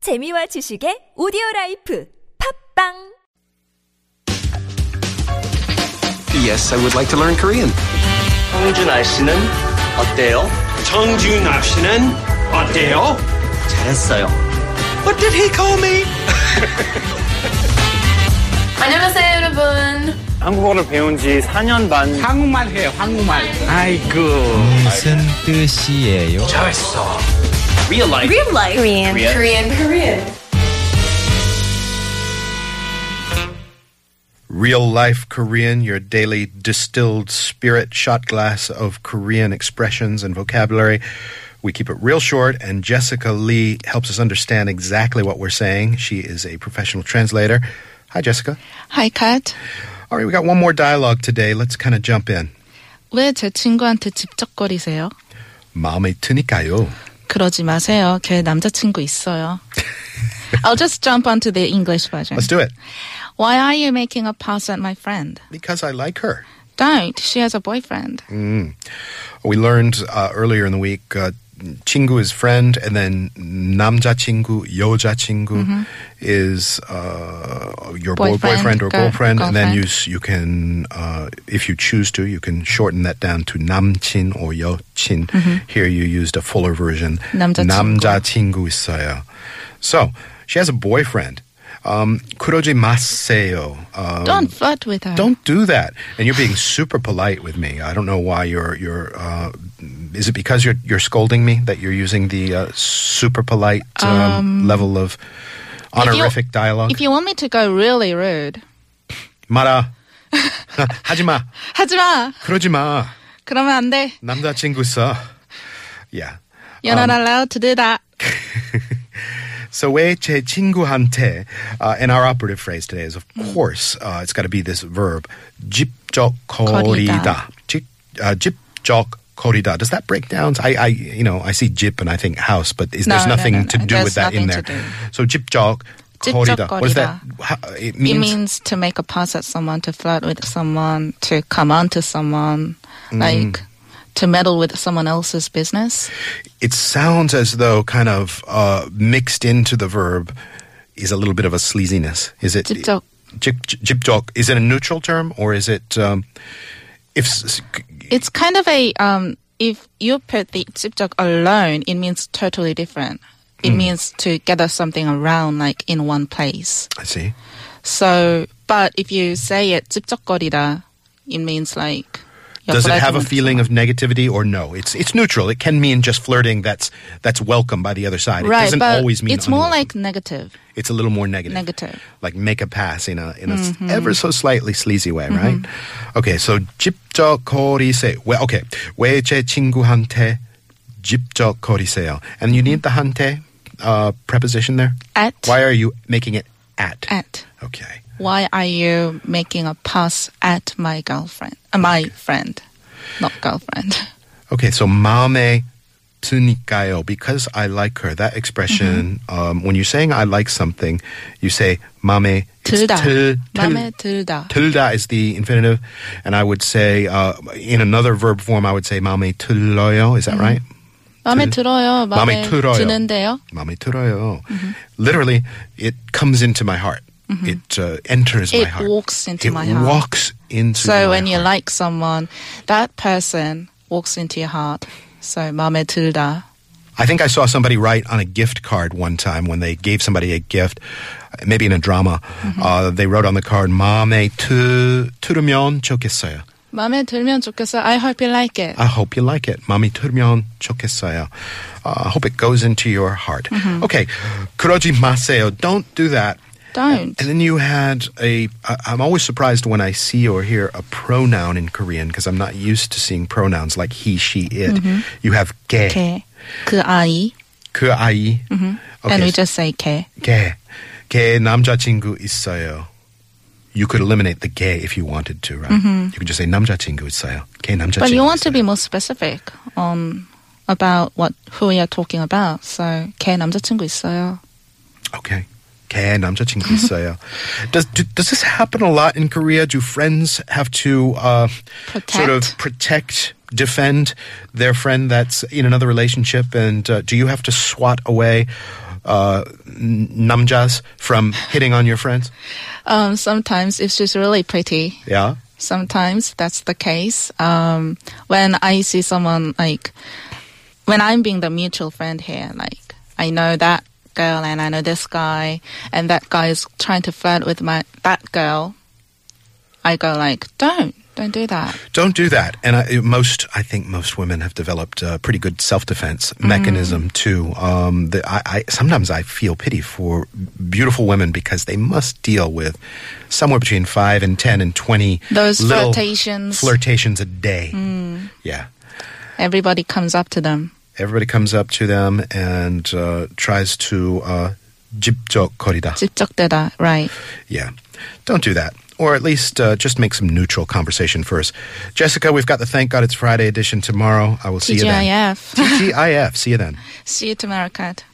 재미와 지식의 오디오 라이프 팝빵 Yes, I would like to learn Korean. 홍준아 씨는 어때요? 정준하 씨는 어때요? 잘했어요. What did he call me? 안녕하세요 여러분. 한국어를 배운 지 4년 반 무슨 뜻이에요? Real life. Korean Korean. Real life Korean, your daily distilled spirit shot glass of Korean expressions and vocabulary. We keep it real short, and Jessica Lee helps us understand exactly what we're saying. She is a professional translator. Hi, Jessica. Hi, Kat. All right, we got one more dialogue today. Let's kind of jump in. 왜 제 친구한테 집적거리세요? 마음에 드니까요. 그러지 마세요. 걔 남자친구 있어요. I'll just jump onto the English version. Let's do it. Why are you making a pass at my friend? Because I like her. Don't. She has a boyfriend. Um, We learned uh, earlier in the week, uh, 친구 is friend, and then 남자친구, 여자친구 is uh, your boy- Mm-hmm. Boyfriend, boyfriend or girl- girlfriend, and then you girlfriend. s- you can, uh, if you choose to, you can shorten that down to 남친 or 여친. Mm-hmm. Here you used a fuller version. 남자친구. 남자친구 있어요. So she has a boyfriend. Um, 그러지 마세요. Um, Don't flirt with her. don't do that. And you're being super polite with me. I don't know why you're you're. Uh, is it because you're you're scolding me that you're using the uh, super polite um, level of honorific dialogue? If you want me to go really rude, 마라. 하지 마. 하지 마. 그러지 마. 그러면 안 돼. 남자친구 있어. Yeah. You're Um, not allowed to do that. So we che 친구한테, uh, and our operative phrase today is, of Mm. course, uh, it's got to be this verb, 집적거리다. 거리다. 집- uh, 집적거리다. Does that break down? I, I, you know, I see jip and I think house, but is, No, there's no, nothing no, no. to do with There's that in there. nothing to do. So 집적거리다. What is that? 집적거리다. How, it It means, means to make a pass at someone, to flirt with someone, to come on to someone, Mm. like to meddle with someone else's business. it sounds as though kind of uh, mixed into the verb is a little bit of a sleaziness. Is it? 집적. Jip, jipjok. Is it a neutral term or is it? Um, if s- s- It's kind of a um, if you put the zipdog alone, it means totally different. It Hmm. means to gather something around, like in one place. I see. So, but if you say it zipdog거리다, it means like. you're Does it have a flirting with feeling of negativity or no? It's it's neutral. It can mean just flirting. That's that's welcome by the other side. it someone. Right, doesn't but always mean. it's more unwelcome. like negative. it's a little more negative. Negative. Like make a pass in a in a s- Mm-hmm. ever so slightly sleazy way, right? Okay, so 집적거리세요. Well, okay, 왜제 친구한테 집적거리세요? And you need the 한테 uh, preposition there. Mm-hmm. At Why are you making it at? at Okay. why are you making a pass at my girlfriend? Uh, my friend, not girlfriend. Okay, so 마음에 드니까요 because I like her. That expression, Mm-hmm. um, when you're saying I like something, you say 마음에 it's 들다. 들- 마음에 들- 들다. 들다 is the infinitive, and I would say uh, in another verb form, I would say 마음에 들어요. Mm-hmm. Is that right? 마음에 들- 들어요. 마음에 마음에 들어요. 드는데요. 마음에 들어요. Mm-hmm. Literally, it comes into my heart. It uh, enters my It heart. walks into It my heart. walks into. So my when you heart. like someone, that person walks into your heart. So 마음에 들다. I think I saw somebody write on a gift card one time when they gave somebody a gift, maybe in a drama. Mm-hmm. Uh, they wrote on the card, 마음에 드, 들으면 좋겠어요. 마음에 들면 좋겠어. I hope you like it. I hope you like it. 마음에 들으면 좋겠어요. Uh, I hope it goes into your heart. Mm-hmm. Okay. 그러지 마세요. Don't do that. Don't. And then you had a. I- I'm always surprised when I see or hear a pronoun in Korean because I'm not used to seeing pronouns like he, she, it. Mm-hmm. You have 개, 걔. 그 아이. 그 아이. Okay, Mm-hmm. And we so- just say 걔. 개. 개 남자친구 있어요. You could eliminate the gay if you wanted to, right? You could just say 남자친구 있어요. 개 남자친구. Mm-hmm. But you want to 있어요. be more specific on about what who we are talking about. So 걔 남자친구 있어요. Okay. 개 남자친구 있어요. Does do, does this happen a lot in Korea? Do friends have to uh, sort of Protect. protect, defend their friend that's in another relationship? And uh, do you have to swat away uh, n- namjas from hitting on your friends? Um, sometimes if she's really pretty, Yeah. sometimes that's the case. Um, when I see someone like, when I'm being the mutual friend here, like I know that girl and I know this guy, and that guy is trying to flirt with my that girl. I go like, don't, don't do that. Don't do that. And I, most, I think, most women have developed a pretty good self-defense Mm. mechanism too. Um, the, I, I sometimes I feel pity for beautiful women because they must deal with somewhere between five and ten and twenty Those little flirtations. Mm. flirtations a day. Yeah, Everybody comes up to them. everybody comes up to them and uh, tries to uh, 집적거리다. 집적대다, right? Yeah, don't do that. Or at least uh, just make some neutral conversation first. Jessica, we've got the Thank God It's Friday edition tomorrow. I will see you then. TGIF. TGIF. See you then. See you tomorrow, Kat.